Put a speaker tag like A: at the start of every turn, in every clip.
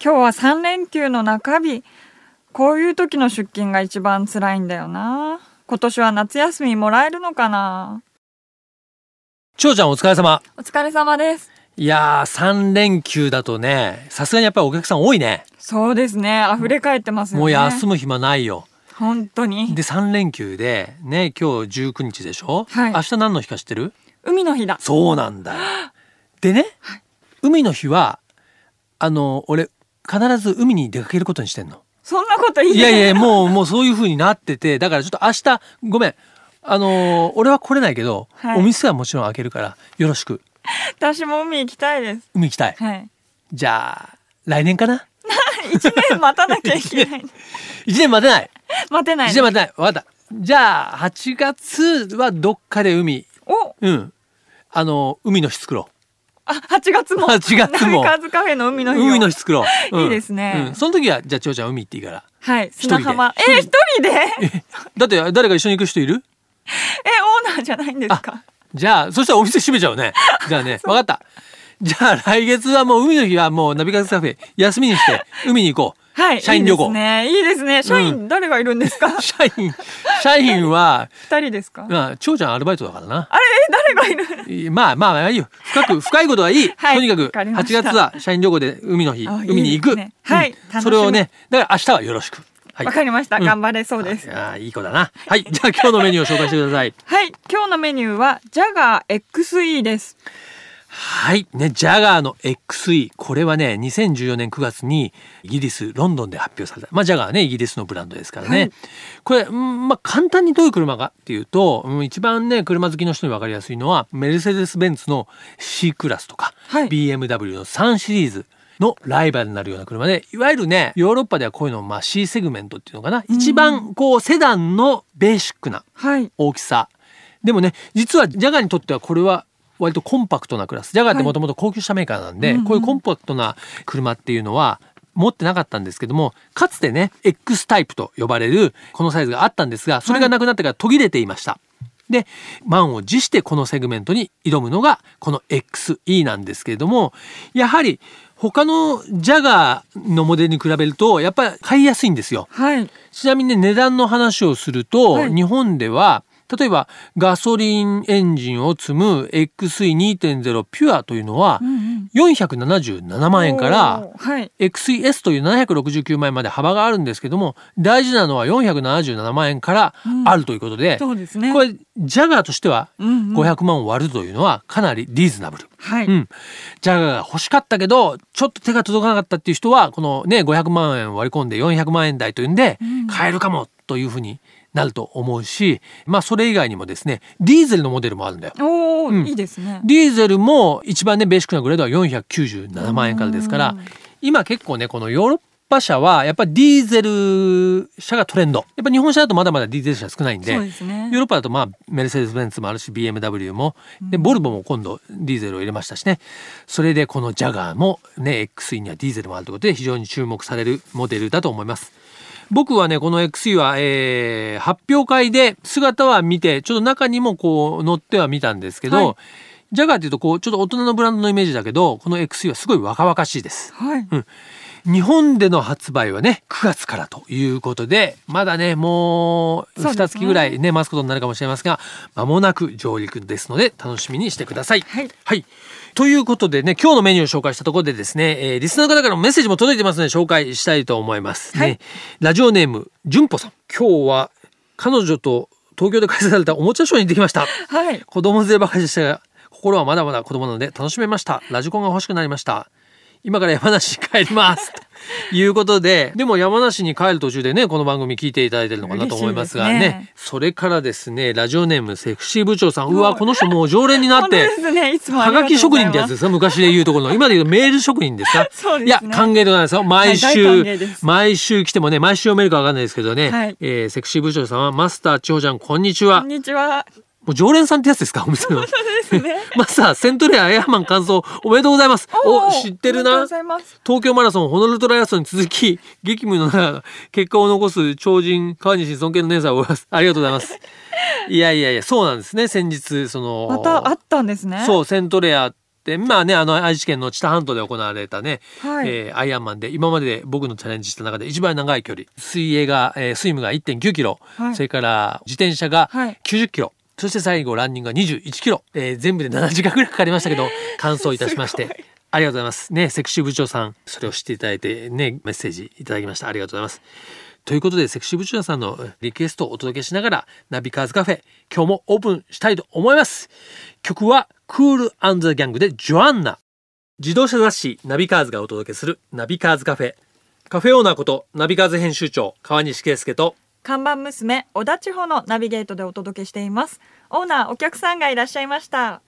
A: 今日は3連休の中日こういう時の出勤が一番辛いんだよな今年は夏休みもらえるのかな
B: ちょうちゃんお疲れ様。
A: お疲れ様です
B: いやー、3連休だとね、さすがにやっぱりお客さん多いね。
A: そうですね溢れ返ってますよね
B: もう休む暇ないよ。
A: 本当に
B: で、3連休で、ね、今日19日でしょ
A: はい
B: 明日何の日か知ってる
A: 海の日だ
B: そうなんだよ。でね、海の日は、あの、俺、必ず海に出かけることにしてんの。
A: そんなこと言え
B: いやいや、もう、もうそういう風になってて、だからちょっと明日、ごめん。あのー俺は来れないけど、
A: はい
B: お店はもちろん開けるから、よろしく。
A: 私も海行きたいです
B: 海行きたい。
A: はい
B: じゃあ、来年かな
A: 1年待たなきゃいけない
B: 一年待てない
A: 待てない
B: 一年待てないわかったじゃあ8月はどっかで海
A: お
B: うんあの海の日作ろ
A: あ8月も
B: 8月も
A: ナビカーズカフェの海
B: う
A: の日を
B: 海の日作ろう、うん
A: いいですね
B: うん、その時はじゃあ千代ちゃん海行っていいから
A: はい
B: 人で
A: 砂浜え一人でえ
B: だって誰か一緒に行く人いる
A: オーナーじゃないんですか
B: じゃあそしたらお店閉めちゃうねじゃあ ねわかったじゃあ来月はもう海の日はもうナビカーズカフェ休みにして海に行こう
A: はい。
B: 社員旅行
A: いいですね。いいですね。社
B: う
A: 員、誰がいるんですか二、
B: 社員社員は
A: 人ですか
B: まあ千代ちゃんアルバイトだからな
A: あれ、え誰がいる
B: いいまあまあまあいいよ深 く深いことはいい、
A: はい
B: とにかく
A: わかりま
B: 8
A: した
B: 月は社員旅行で海の日
A: あ
B: 海に行く
A: いいですねはい楽しみ
B: それをねだから明日はよろしくはい
A: わかりました。
B: うん
A: 頑張れそうです。
B: あいい子だなはいじゃあ今日のメニューを紹介してください
A: はい。今日のメニューは、ジャガー XE です。
B: はいねジャガーの XE これはね2014年9月にイギリスロンドンで発表されたまあジャガーはねイギリスのブランドですからね、
A: はい
B: これ、うんまあ、簡単にどういう車かっていうと、うん一番ね車好きの人に分かりやすいのはメルセデス・ベンツの C クラスとか、
A: はい
B: BMW の3シリーズのライバルになるような車でいわゆるねヨーロッパではこういうのをまあ C セグメントっていうのかな、一番こうセダンのベーシックな
A: はい。
B: 大きさでもね実はジャガーにとってはこれは割とコンパクトなクラスジャガーってもともと高級車メーカーなんで、
A: うんうん
B: こういうコンパクトな車っていうのは持ってなかったんですけどもかつてね X タイプと呼ばれるこのサイズがあったんですがそれがなくなってから途切れていました。で満を持してこのセグメントに挑むのがこの XE なんですけれどもやはり他のジャガーのモデルに比べるとやっぱり買いやすいんですよ。
A: はい。
B: ちなみにね値段の話をすると、
A: はい
B: 日本では例えばガソリンエンジンを積む XE2.0 ピュアというのは
A: うんうん
B: 477万円から
A: おーはい。
B: XES という769万円まで幅があるんですけども大事なのは477万円からあるということで、
A: そうですね。
B: これジャガーとしては
A: うんうん
B: 500万を割るというのはかなりリーズナブル。
A: はい。
B: うん、ジャガーが欲しかったけどちょっと手が届かなかったっていう人はこのね500万円割り込んで400万円台というんで
A: うん
B: 買えるかもというふうになると思うしまあそれ以外にもですねディーゼルのモデルもあるんだよ。
A: おお、
B: うん
A: いいですね。
B: ディーゼルも一番ねベーシックなグレードは497万円からですから
A: うん
B: 今結構ねこのヨーロッパ車はやっぱりディーゼル車がトレンドやっぱ日本車だとまだまだディーゼル車少ないんで
A: そうですね
B: ヨー。ロッパだとまあメルセデス・ベンツもあるし BMW もでボルボも今度ディーゼルを入れましたしねそれでこのジャガーもね XE にはディーゼルもあるということで非常に注目されるモデルだと思います。僕はねこの XE は、えー発表会で姿は見てちょっと中にもこう乗っては見たんですけど、
A: はい
B: ジャガーっていうとこうちょっと大人のブランドのイメージだけどこの XE はすごい若々しいです。
A: はい。
B: 日本での発売はね9月からということでまだねもう
A: そうですね
B: 2月ぐらいね待つことになるかもしれませんが間もなく上陸ですので楽しみにしてください。
A: はい
B: ということでね今日のメニューを紹介したところでですね、えーリスナーの方からもメッセージも届いてますので紹介したいと思います、
A: はい
B: ね。ラジオネームじゅんぽさん今日は彼女と東京で開催されたおもちゃショーに行ってきました。
A: はい。
B: 子供連ればかりでしたが心はまだまだ子供なので楽しめましたラジコンが欲しくなりました今から山梨に帰りま すということででも山梨に帰る途中でねこの番組聞いていただいてるのかなと思いますがね
A: 嬉しいですね
B: それからですねラジオネームセクシー部長さんうわ
A: うわ
B: この人もう常連になっ
A: 本当で
B: て
A: すね。いつもあ
B: は
A: りがとうござい
B: がき
A: ます。
B: 職人ってやつですか昔で言うところの今で言うメール職人ですか
A: そうですね
B: いや歓迎でございますよ毎週、
A: はい大歓迎です
B: 毎週来てもね毎週読めるかわかんないですけどね、
A: はい
B: えーセクシー部長さんはマスター千穂ちゃんこんにちは
A: こんにちは。
B: もう常連さんってやつですかお店の
A: そうですね。
B: マスター、セントレアエアマン感想おめでとうございます。お
A: ー
B: 知ってる
A: ありがとうご
B: な。
A: ざいます。
B: 東京マラソン、ホノルトライアソンに続き、激務の中、結果を残す超人、川西尊敬の姉さんをおります。ありがとうござい ます。いやいやいや、そうなんですね。先日、その、
A: またあったんですね。
B: そう、セントレアってってまあねあの愛知県の知多半島で行われたね、
A: はい
B: えーアイアンマンで今まで僕のチャレンジした中で一番長い距離水泳が、えースイムが1 9キロ、
A: はい
B: それから自転車が
A: はい
B: 9 0キロ、そして最後ランニングが2 1キロ、えー全部で7時間ぐらいかかりましたけど完走いたしまし
A: すご
B: て。ありがとうございます。ね、セクシー部長さん、それを知っていただいて、ね、メッセージいただきました。ありがとうございます。ということで、セクシー部長さんのリクエストをお届けしながら、ナビカーズカフェ、今日もオープンしたいと思います。曲は、クールアンザギャングでジョアンナ。自動車雑誌ナビカーズがお届けするナビカーズカフェ。カフェオーナーこと、ナビカーズ編集長、川西圭介と、
A: 看板娘小田地方のナビゲートでお届けしていますオーナーお客さんがいらっしゃいました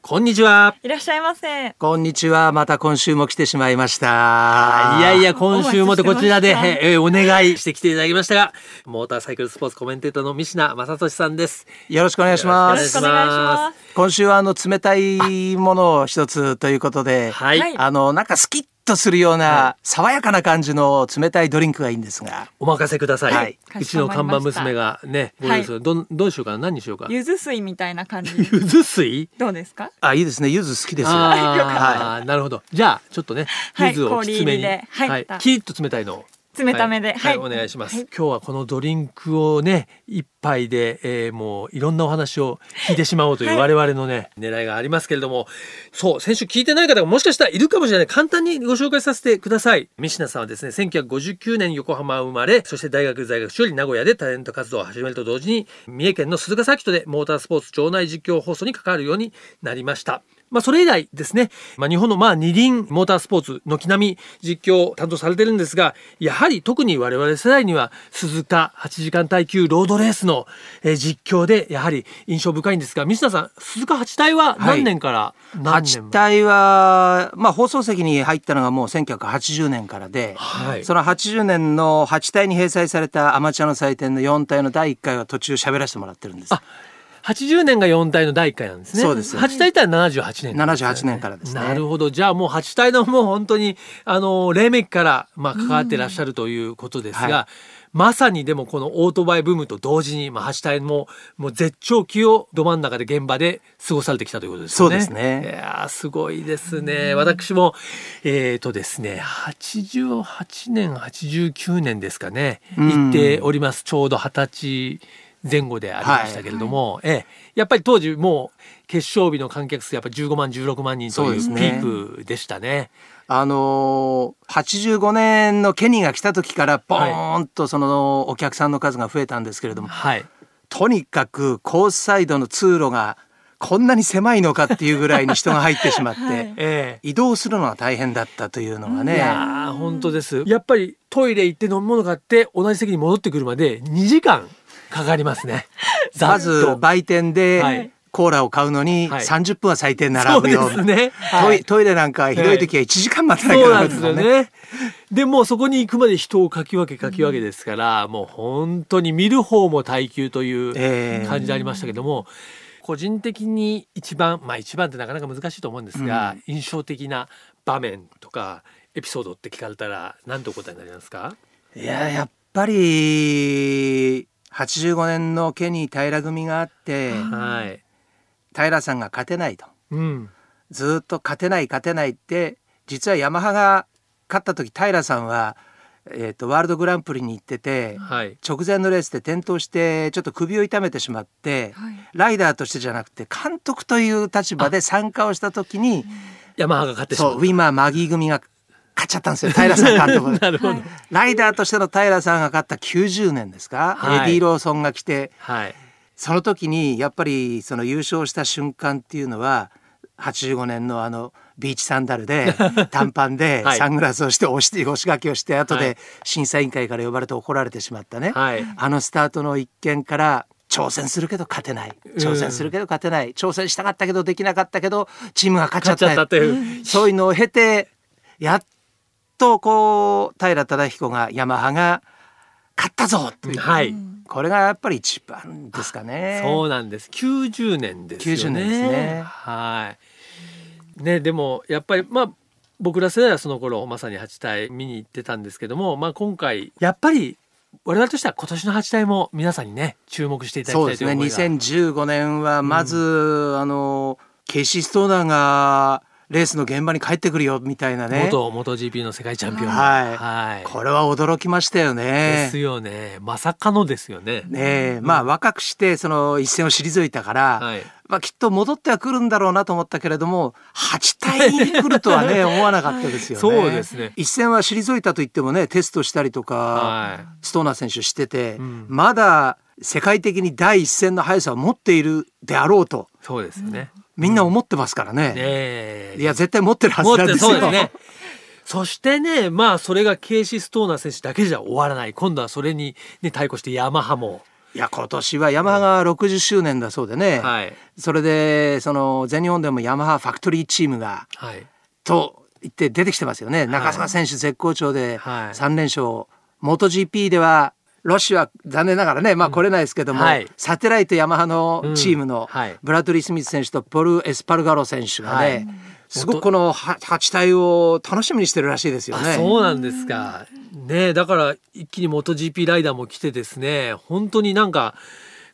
B: こんにちは。
A: いらっしゃいませ
C: こんにちは。また今週も来てしまいました。い
B: いやいや、今週もってこちらで、
A: お待ちしてま
B: えーお願いしてきていただきましたが、モーターサイクルスポーツコメンテーターの三品正俊さんです。
C: よろしくお願いし
B: よ
A: よ
C: ま
A: ろ
B: ろ
A: し
B: し
A: くお
B: く
C: す
B: お。
A: 願
B: 願
A: い
B: い
A: し
B: し
A: ま
B: ます
C: 今週はあの冷たいものを一つということで、
B: はい。
A: はい
C: あのなんかスキッとするよう
B: は
C: な爽やかな感じの冷たいドリンクがいいんですが、
B: お任せください。
C: はいう
B: ちの看板娘がね、
A: かしこまりました
B: ご用意するどんどうしようかな、何にしようか。
A: ゆず水みたいな感じ
B: ゆず水
A: どうですか
C: あいいですね。柚子好きです。
B: あーなるほど。じゃあ、ちょっとね、
A: はい
B: ゆずをきつ
A: 氷入
B: めに。
A: りではい
B: キリッと冷たいのを。
A: 冷ためで
B: はい、
A: は
B: はいいお願いします、
A: はい
B: 今日はこのドリンクをね一杯で、えーもういろんなお話を聞いてしまおうという我々のね、狙いがありますけれどもそう先週聞いてない方がもしかしたらいるかもしれない簡単にご紹介させてください三品さんはですね1959年横浜生まれそして大学在学中より名古屋でタレント活動を始めると同時に三重県の鈴鹿サーキットでモータースポーツ場内実況放送に関わるようになりましたまあ、それ以来ですね、まあ、日本のまあ二輪モータースポーツ軒並み実況を担当されてるんですがやはり特に我々世代には鈴鹿8時間耐久ロードレースのえー実況でやはり印象深いんですが水田さん鈴鹿8体は何年から何年
C: 八体は、まあ、放送席に入ったのがもう1980年からで、
B: はい
C: その80年の8体に掲載されたアマチュアの祭典の4体の第1回は途中喋らせてもらってるんです。
B: あ80年が4体の第1回なんですね。
C: そうです
B: 8体ってのは78年からですね、
C: 78年からですね
B: なるほど。じゃあもう8体のもう本当に、あの、黎明期から、まあ、関わってらっしゃるということですが、
C: は
B: まさにでもこのオートバイブームと同時に、まあ、8体も、もう絶頂期をど真ん中で現場で過ごされてきたということですよね。
C: そうですね
B: いやーすごいですね。私も、えっ、とですね、88年、89年ですかね、
C: うん
B: 行っております。ちょうど20歳前後でありましたけれども、ええ、やっぱり当時もう決勝日の観客数やっぱ15万16万人と
C: そう
B: い
C: です
B: うピ
C: ね
B: ークでしたね。
C: あのー、85年のケニーが来た時からボーンとそのお客さんの数が増えたんですけれども、
B: はい。
C: とにかくコースサイドの通路がこんなに狭いのかっていうぐらいに人が入ってしまって、
A: はい
B: ええ。
C: 移動するのは大変だったというのが
B: い
C: ね
B: やー本当です。やっぱりトイレ行って飲み物買って同じ席に戻ってくるまで2時間かかりますね。
C: ま
B: ざ
C: ず
B: っと
C: 売店
B: は
C: で
B: い
C: コーラを買うのに
B: はい
C: 30分は最低並ぶよ
B: そうですね。
C: ト
B: は
C: イ
B: い
C: トイレなんかひどい時は1時間待たなきゃ
B: そう
C: ダ
B: な
C: メ
B: ん
C: で
B: ですす
C: も
B: よ
C: んね。
B: ね。でもうそこに行くまで人をかき分けかき分けですから、もう本当に見る方も耐久という
C: ええ
B: 感じでありましたけども、個人的に一番まあ一番ってなかなか難しいと思うんですが、印象的な場面とかエピソードって聞かれたら何とお答えになりますか
C: いややっぱり85年のケニー平組があって
B: はい。
C: 平さんが勝てないと
B: うん。
C: ずーっと勝てない勝てないって実はヤマハが勝った時平さんは、えー、とワールドグランプリに行ってて
B: はい。
C: 直前のレースで転倒してちょっと首を痛めてしまって、
A: はい
C: ライダーとしてじゃなくて監督という立場で参加をした時に
B: ヤマハが勝ってしま
C: そう
B: う
C: ウ。ィマーマギー組が勝っちゃったんですよ平さん監督
B: なるほど。
A: はい
C: ライダーとしての平さんが勝った90年ですか、
B: はい
C: エディ・ローソンが来て
B: はい。
C: その時にやっぱりその優勝した瞬間っていうのは85年のあのビーチサンダ ルで短パンで
B: はい
C: サングラスをして押して押し掛けをして後
B: は
C: で
B: い
C: 審査委員会から呼ばれて怒られてしまったね、
B: はい。
C: あのスタートの一件から挑戦するけど勝てない挑戦するけど勝てない挑戦したかったけどできなかったけどチームが勝っちゃ
B: 勝
C: っ
B: っちゃ
C: た
B: ったという。
C: そういうのを経てやっとこう平忠彦がヤマハが勝ったぞっていう、
B: はい。
C: これがやっぱり一番ですかね。
B: そうなんです。90年ですよね。
C: 90年ですね
B: はい。ね、でもやっぱりまあ僕ら世代はその頃まさに8体見に行ってたんですけども、まあ今回やっぱり我々としては今年の8台も皆さんにね注目していただき
C: そう
B: た
C: で
B: いと
C: す
B: いう
C: ね
B: 思いが
C: 2015年はまず、あのケイシー・ストーナーがレースの現場に帰ってくるよみたいなね
B: 元元 GP の世界チャンピオン
C: はい
B: はい
C: これは驚きましたよ
B: で
C: ね
B: す。よねまさかのですよね
C: ねえまあ若くしてその一線を退いたから、
B: はい
C: まあ、きっと戻ってはくるんだろうなと思ったけれども8体に来るとは ね思わなかったですよね。
B: そうですね
C: 一線は退いたといってもねテストしたりとか、
B: は
C: ストーナー選手してて、
B: うん
C: まだ世界的に第一線の速さを持っているであろうと
B: いそうですよね
C: みんな思ってますからね。
B: ねえ
C: いや絶対持ってるは
B: も
C: ず
B: っ
C: なん
B: て
C: です
B: そ
C: よ。
B: うですね。そしてね、まあそれがケイシー・ストーナー選手だけじゃ終わらない。今度はそれに、ね、対抗してヤマハも。
C: いや今年はヤマハが60周年だそうでね、
B: はい。
C: それでその全日本でもヤマハファクトリーチームが
B: はい。
C: と言って出てきてますよね、中澤選手絶好調で
B: はい
C: 3連勝、元 GP ではロッシュは残念ながらね、まあ、来れないですけども、
B: はい
C: サテライトヤマハのチーム
B: うん
C: の
B: はい
C: ブラッドリー・スミス選手とポル・エスパルガロ選手がね、
B: はい
C: すごくこの8体を楽しみにしてるらしいですよ
B: あ
C: ね。
B: そうなんですか。ねだから一気に MotoGP ライダーも来てですね、本当になんか、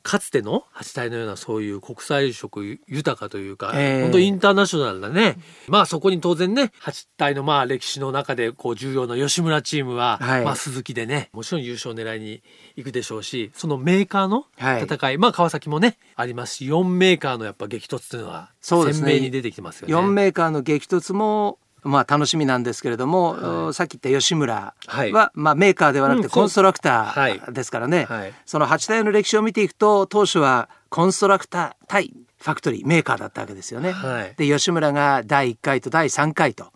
B: かつての八体のようなそういう国際色豊かというか、
C: ええ
B: 本当インターナショナルなね、まあそこに当然ね八体のまあ歴史の中でこう重要な吉村チームは、
C: はい
B: まあ鈴木でねもちろん優勝を狙いに行くでしょうしそのメーカーの
C: はい
B: 戦い、まあ川崎もねありますし4メーカーのやっぱ激突というのは
C: そうです
B: 鮮
C: ね
B: 明に出てきてますよね。
C: 4メーカーの激突もまあ楽しみなんですけれども、
B: はい
C: さっき言った吉村は、
B: はい
C: まあ、メーカーではなく
B: う
C: て
B: んそう
C: コンストラクタ
B: はい
C: ーですからね、
B: はい
C: その8体の歴史を見ていくと当初はコンストラクター対ファクトリーメーカーだったわけですよね。
B: はい
C: で吉村が第1回と第3回と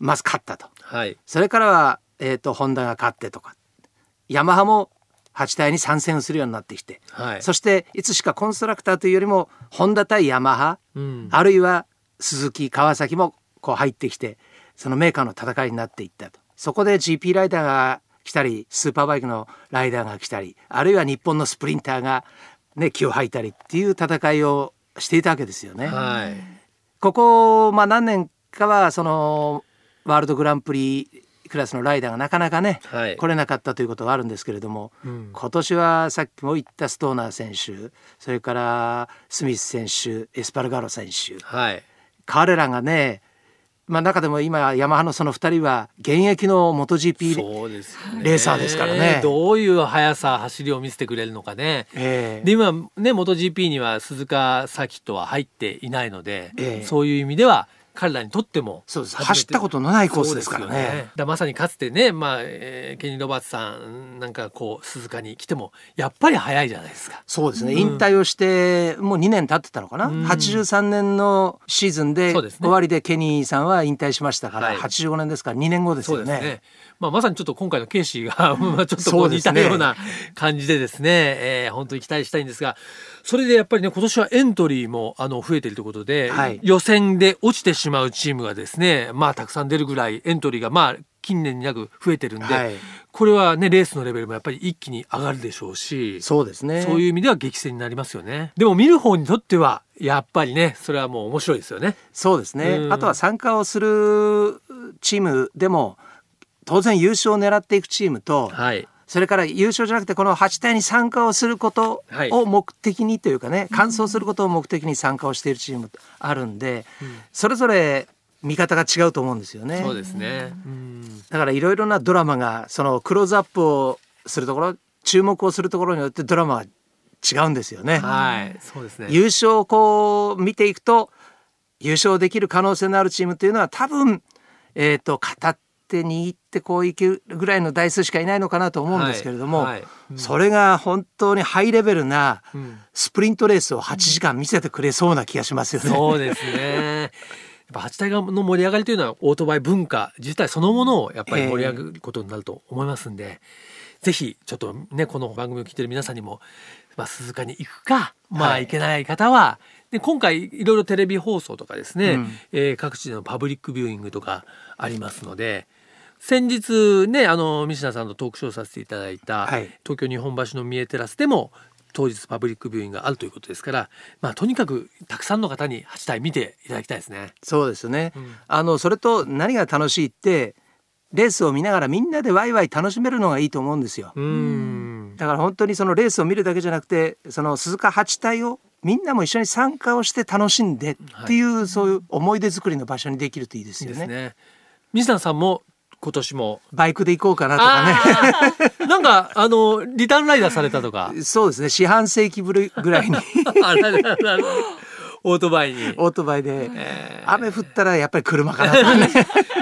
C: まず勝ったと
B: はい
C: それからは、えー、とホンダが勝ってとかヤマハも8体に参戦をするようになってきて、
B: はい
C: そしていつしかコンストラクターというよりもホンダ対ヤマハ
B: うん
C: あるいは鈴木川崎もこう入ってきてそのメーカーの戦いになっていったとそこで GP ライダーが来たりスーパーバイクのライダーが来たりあるいは日本のスプリンターが、ね、気を吐いたりっていう戦いをしていたわけですよね。
B: はい
C: ここ、まあ、何年かはそのワールドグランプリクラスのライダーがなかなかね、
B: はい
C: 来れなかったということがあるんですけれども、
B: うん
C: 今年はさっきも言ったストーナー選手それからスミス選手エスパルガロ選手
B: はい
C: 彼らがね、まあ、中でも今ヤマハのその2人は現役の MotoGP、
B: そうですよね
C: レーサーですからね
B: どういう速さ走りを見せてくれるのかね。
C: ええ
B: で今ね元 GP には鈴鹿サーキットは入っていないので、
C: ええ
B: そういう意味では彼らにとっても
C: そうです
B: 初めて
C: 走ったことのないコースですからね
B: そうよだらまさにかつてね、まあえーケニー・ロバーツさんなんかこう鈴鹿に来てもやっぱり速いじゃないですか。
C: そうですね、引退をしてもう2年経ってたのかな、
B: うん
C: 83年のシーズンで
B: そうですね
C: 終わりでケニーさんは引退しましたから、
B: はい
C: 85年ですから2年後です
B: そう
C: よ
B: です
C: ね。
B: ね。まあまさにちょっと今回のケイシー がまあちょっとこ
C: そううで
B: 似
C: す
B: た
C: ね
B: ような感じでですね、えー本当に期待したいんですが、それでやっぱりね今年はエントリーもあの増えているということで、
C: はい
B: 予選で落ちてしまうチームがですね、まあたくさん出るぐらいエントリーがまあ近年になく増えてるんで、
C: はい
B: これはねレースのレベルもやっぱり一気に上がるでしょうし、
C: そうですね
B: そういう意味では激戦になりますよね。でも見る方にとってはやっぱりねそれはもう面白いですよね。
C: そうですね、
B: うん
C: あとは参加をするチームでも当然優勝を狙っていくチームと、
B: はい。
C: それから優勝じゃなくてこの8体に参加をすること
B: はい
C: を目的にというかね、完走することを目的に参加をしているチームとあるんで、それぞれ見方が違うと思うんですよね。
B: そうですね。うん
C: だからいろいろなドラマがそのクローズアップをするところ注目をするところによってドラマが違うんですよね。
B: はい、そうですね。
C: 優勝をこう見ていくと優勝できる可能性のあるチームというのは多分、えー、と片手握ってこういけるぐらいの台数しかいないのかなと思うんですけれども、
B: はいはいうん
C: それが本当にハイレベルな
B: うん
C: スプリントレースを8時間見せてくれそうな気がしますよね。
B: そうですね。やっぱ八体の盛り上がりというのはオートバイ文化自体そのものをやっぱり盛り上げることになると思いますんで、ぜひちょっとねこの番組を聞いてる皆さんにも、まあ、鈴鹿に行くか、ま
C: は
B: あ、
C: い
B: 行けない方は、で今回いろいろテレビ放送とかですね、
C: うん
B: えー各地でのパブリックビューイングとかありますので先日ねあの三品さんとトークショーさせていただいた、
C: はい
B: 東京日本橋の三重テラスでも当日パブリックビューイングがあるということですから、まあ、とにかくたくさんの方に8体見ていただきたいですね。
C: そうですね、
B: うん
C: あのそれと何が楽しいってレースを見ながらみんなでワイワイ楽しめるのがいいと思うんですよ。
B: うん。
C: だから本当にそのレースを見るだけじゃなくてその鈴鹿八体をみんなも一緒に参加をして楽しんでっていう、そういう思い出作りの場所にできるといいです
B: いい
C: よ
B: で
C: ね。
B: すね。水谷さんも今年も。
C: バイクで行こうかなとか
B: あー なんかあのリターンライダーされたと か。
C: ねそうですね四半世紀ぶりぐら いに
B: あららららオートバイ に。
C: オートバイで
B: え
C: 雨降ったらやっぱり車かなとかね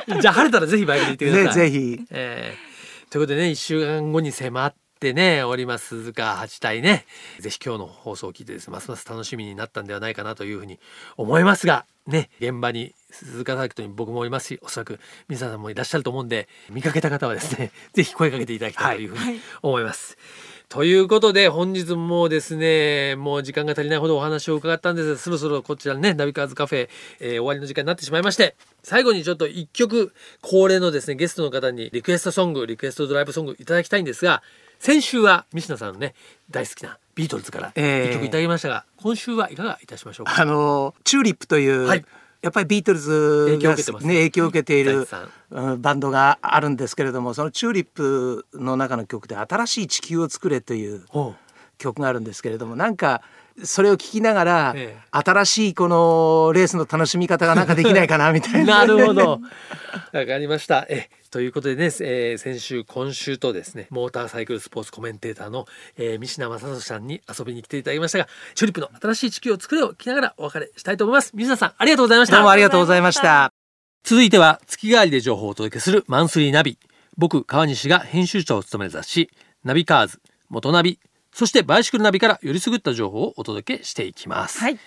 B: ーじゃあ晴れたらぜひバイクで行ってください。
C: ねぜひ
B: えーということでね1週間後に迫ってねおります鈴鹿八体ねぜひ今日の放送を聞いてですねますます楽しみになったんではないかなというふうに思いますがね現場に鈴鹿サーキットに僕もいますしおそらく水谷さんもいらっしゃると思うんで見かけた方はですねぜひ声かけていただきたいというふうに思います。ということで本日もですねもう時間が足りないほどお話を伺ったんですがそろそろこちらのねナビカーズカフェ、えー終わりの時間になってしまいまして最後にちょっと一曲恒例のですねゲストの方にリクエストソングリクエストドライブソングいただきたいんですが先週は西野さんのね大好きなビートルズから
C: ええ
B: 一曲いただきましたが、今週はいかがいたしましょうか
C: あのチューリップという、
B: はい
C: やっぱりビートルズ
B: 影響を
C: が
B: 受けてます
C: ね影響を受けて
B: 大
C: い
B: 地
C: る
B: さん
C: うんバンドがあるんですけれどもそのチューリップの中の曲で「新しい地球を作れ」という
B: ほ
C: 曲があるんですけれどもなんかそれを聞きながら、
B: ええ
C: 新しいこのレースの楽しみ方がなんかできないか なみた
B: う
C: い
B: な
C: な。
B: るほどわかりましたえということでね、えー先週今週とですねモーターサイクルスポーツコメンテーターの、えー、三品正俊さんに遊びに来ていただきましたがチューリップの新しい地球を作れを聞きながらお別れしたいと思います三品さんありがとうございました
C: どうもありがとうございました。
B: 続いては月替わりで情報をお届けするマンスリーナビ僕川西が編集長を務める雑誌ナビカーズ元ナビそしてバイシクルナビからよりすぐった情報をお届けしていきます、
A: はい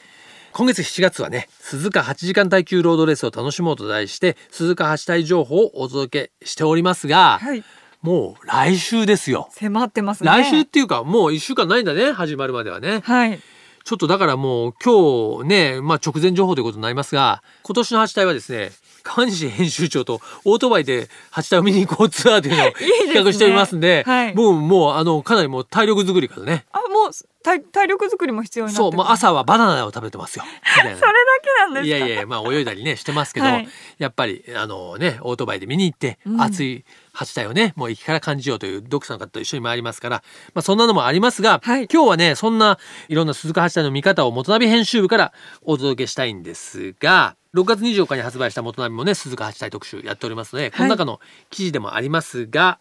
B: 今月7月はね鈴鹿8時間耐久ロードレースを楽しもうと題して鈴鹿8体情報をお届けしておりますが、
A: はい
B: もう来週ですよ
A: 迫ってますね
B: 来週っていうかもう1週間ないんだね始まるまではね
A: はい
B: ちょっとだからもう今日ね、まあ直前情報ということになりますが、今年の八体はですね、川西編集長とオートバイで八体を見に行こうツアー というのを企画しておりますんで、
A: はい
B: もうもうあの、かなりもう体力作りからね。
A: あもう体体力作りも必要になっ
B: そ
A: て
B: う、
A: く
B: も
A: る
B: う朝はバナナを食べてますよ。みたいな
A: それだけなんですか
B: いやいやいやまあ泳いだりねしてますけど、
A: はい
B: やっぱりあのねオートバイで見に行って、
A: うん
B: 暑い八体をねもう駅から感じようという読者の方と一緒に回りますから、まあ、そんなのもありますが、
A: はい
B: 今日はねそんないろんな鈴鹿八体の見方を元ナビ編集部からお届けしたいんですが6月24日に発売した元ナビもね鈴鹿八体特集やっておりますので、この中の記事でもありますが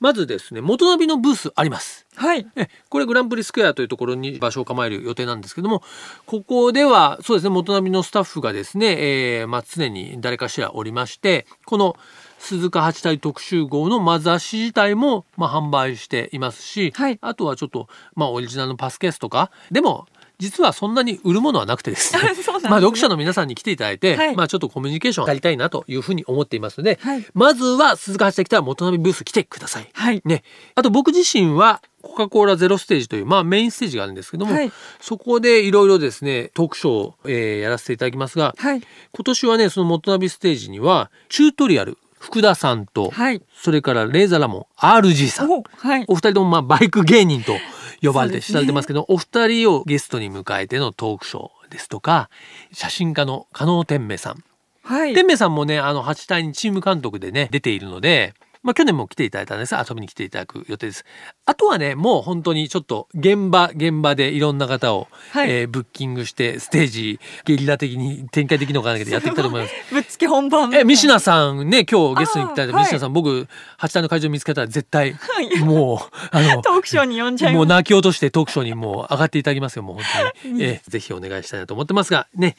B: まずですね元ナビのブースあります。
A: はい
B: え これグランプリスクエアというところに場所を構える予定なんですけどもここではそうですね元並のスタッフがですね、えーまあ、常に誰かしらおりましてこの鈴鹿八体特集号のまあ雑誌自体もまあ販売していますし、
A: はい
B: あとはちょっと、まあ、オリジナルのパスケースとかでも実はそんなに売るものはなくてです ね
A: そうなんですね
B: まあ、読者の皆さんに来ていただいて、
A: はい
B: まあ、ちょっとコミュニケーションを図りたいなというふうに思っていますので、
A: はい
B: まずは鈴鹿八体来たら元並ブース来てください。
A: はい
B: ね、あと僕自身はコカ・コーラゼロステージという、まあ、メインステージがあるんですけども、
A: はい
B: そこでいろいろですねトークショーを、えーやらせていただきますが、
A: はい
B: 今年はねその「モトナビステージ」にはチュートリアル福田さんと、
A: はい
B: それからレーザーラモン RG さん
A: おはい
B: お二人ともまあバイク芸人と呼ばれて
A: そうです
B: 知
A: ね
B: られてますけど、お二人をゲストに迎えてのトークショーですとか写真家の加納天明さん
A: はい
B: 天明さんもねあの八体にチーム監督でね出ているので、まあ、去年も来ていただいたんですが遊びに来ていただく予定ですあとはねもう本当にちょっと現場現場でいろんな方を、
A: はい
B: えーブッキングしてステージゲリラ的に展開できるのかなけどやっていきたいと思います。
A: ぶっつけ本番
B: え、ミシナさんね、今日ゲストに来ただい
A: あ
B: た
A: ー
B: ミシナさん、僕、八体の会場見つけたら絶対、
A: い
B: もう、あの、
A: トークショーに呼んじゃい
B: もう
A: ます
B: 泣き落としてトークショーにもう上がっていただきますよ、もう本当に。ええぜひお願いしたいなと思ってますが、ね。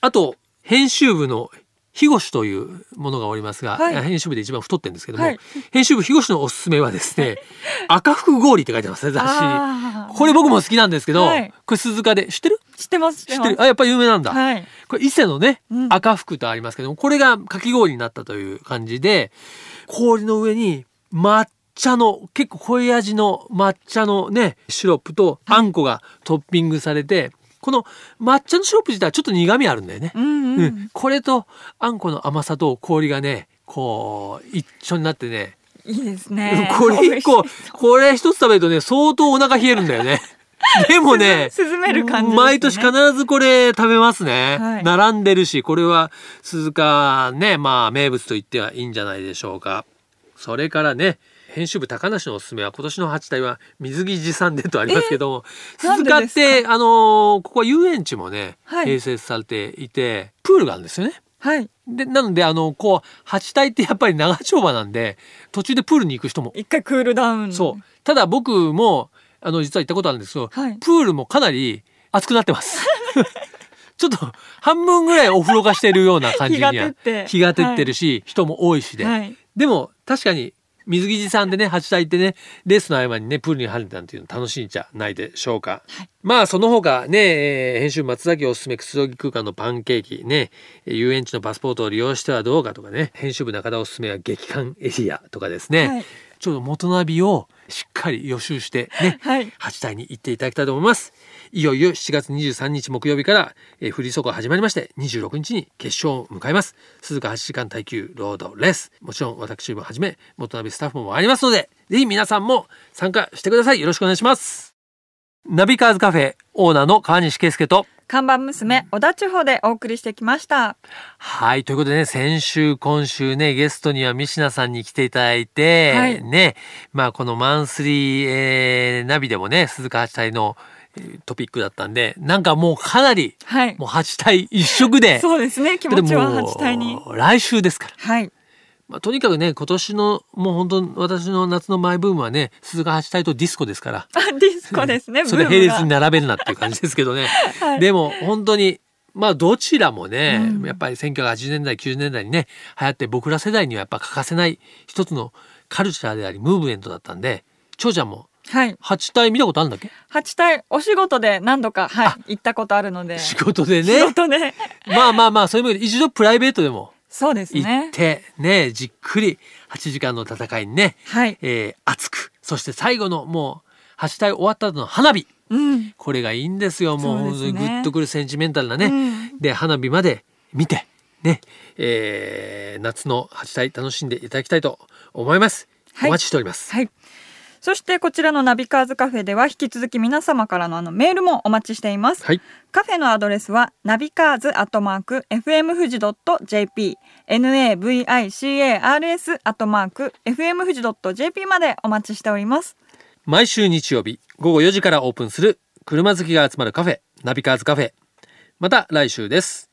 B: あと、編集部の日越というものがおりますが、
A: はい
B: 編集部で一番太ってるんですけども、
A: はい
B: 編集部日越のおすすめはですね、赤福氷って書いてますね、雑誌
A: あー
B: これ僕も好きなんですけど、
A: はい
B: これ鈴鹿で、知ってる
A: 知ってます知
B: 知
A: っ
B: ってて
A: ま
B: るあ、やっぱり有名なんだ。
A: すはい
B: これ伊勢のね、
A: うん
B: 赤福とありますけども、これがかき氷になったという感じで、氷の上に抹茶の、結構濃い味の抹茶のね、シロップとあんこがトッピングされて、この抹茶のシロップ自体はちょっと苦味あるんだよね。
A: うん
B: う
A: うんん
B: これとあんこの甘さと氷がね、こう、一緒になってね、
A: いいですね
B: これ一個
A: 美味し、
B: これ一つ食べるとね、相当お腹冷えるんだ よね。でもね、
A: 涼涼める感じですね
B: 毎年必ずこれ食べますね。
A: はい
B: 並んでるし、これは鈴鹿ね、まあ名物と言ってはいいんじゃないでしょうか。それからね編集部高梨のおすすめは今年の8体は水着持参でとありますけども、
A: なん
B: 鈴
A: で
B: 鹿
A: で
B: っ
A: すか
B: てあのーここは遊園地もね、
A: はい
B: 併設されていてプールがあるんですよね。
A: はい
B: でなのであのこう八体ってやっぱり長丁場なんで途中でプールに行く人も、
A: 一回クールダウン
B: そうただ僕もあの実は行ったことあるんですけど、
A: はい
B: プールもかなり熱くなってます。 ちょっと半分ぐらいお風呂化してるような感じには
A: 日が照って
B: 日が照ってるし、人も多いしで、
A: はい
B: でも確かに水着持参でね八体ってねレースの合間にねプールに入るなんていうの楽しいんじゃないでしょうか、まあその他ね、えー編集松崎おすすめくつろぎ空間のパンケーキねえー遊園地のパスポートを利用してはどうかとかね編集部中田おすすめは激寒エリアとかですね、
A: はい
B: ちょうど元ナビをしっかり予習してね、
A: はい
B: 8体に行っていただきたいと思いますいよいよ7月23日木曜日から、えー、フリー走行始まりまして26日に決勝を迎えます鈴鹿8時間耐久ロードレースもちろん私もはじめ元ナビスタッフもありますのでぜひ皆さんも参加してくださいよろしくお願いしますナビカーズカフェオーナーの川西圭介と
A: 看板娘小田地方でお送りしてきました
B: はい。ということでね、先週、今週ね、ゲストにはミシナさんに来ていただいて、
A: はい
B: ね、まあ、このマンスリー、えーナビでもね、鈴鹿八体のえートピックだったんで、なんかもうかなり、
A: はい
B: もう八体一色 で、
A: そうですね気持ちは8対
B: で
A: に
B: もう来週ですから。
A: はい
B: まあ、とにかくね、今年の、もう本当私の夏のマイブームはね、鈴鹿八体とディスコですから。
A: あディスコですね
B: それ並列
A: ブー
B: に
A: ムが
B: 並べるなっていう感じですけど ね、
A: はい
B: でも本当にまあどちらもね、
A: うん
B: やっぱり1980年代90年代にね流行って僕ら世代にはやっぱ欠かせない一つのカルチャーでありムーブメントだったんで長ちゃんも
A: はい
B: 8体見たことあるんだっけ、
A: 8対お仕事で何度かはい行ったことあるので
B: 仕事で
A: 仕
B: ね
A: 事で
B: まあまあまあそういう意味で一度プライベートでも
A: そうです
B: 行っ
A: ね
B: てねじっくり8時間の戦いにね、
A: はい
B: えー熱くそして最後のもう8体終わった後の花火
A: うん
B: これがいいんですよも
A: そ
B: う
A: う
B: 本
A: です
B: 当
A: ね
B: にグッとくるセンチメンタルなね、
A: うん
B: で花火まで見てね、えー夏の八体楽しんでいただきたいと思います、
A: はい
B: お待ちしております
A: はいそしてこちらのナビカーズカフェでは引き続き皆様からのあのメールもお待ちしています
B: はい
A: カフェのアドレスはナビカーズアットマーク FM 富士 .jp navicars アットマーク FM 富士 .jp までお待ちしております
B: 毎週日曜日午後4時からオープンする車好きが集まるカフェナビカーズカフェまた来週です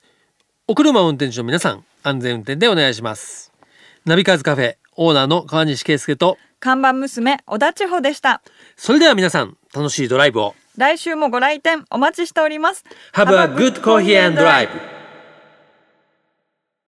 B: お車を運転中の皆さん安全運転でお願いしますナビカーズカフェオーナーの川西圭介と
A: 看板娘小田千穂でした
B: それでは皆さん楽しいドライブを
A: 来週もご来店お待ちしております
B: Have a good coffee and drive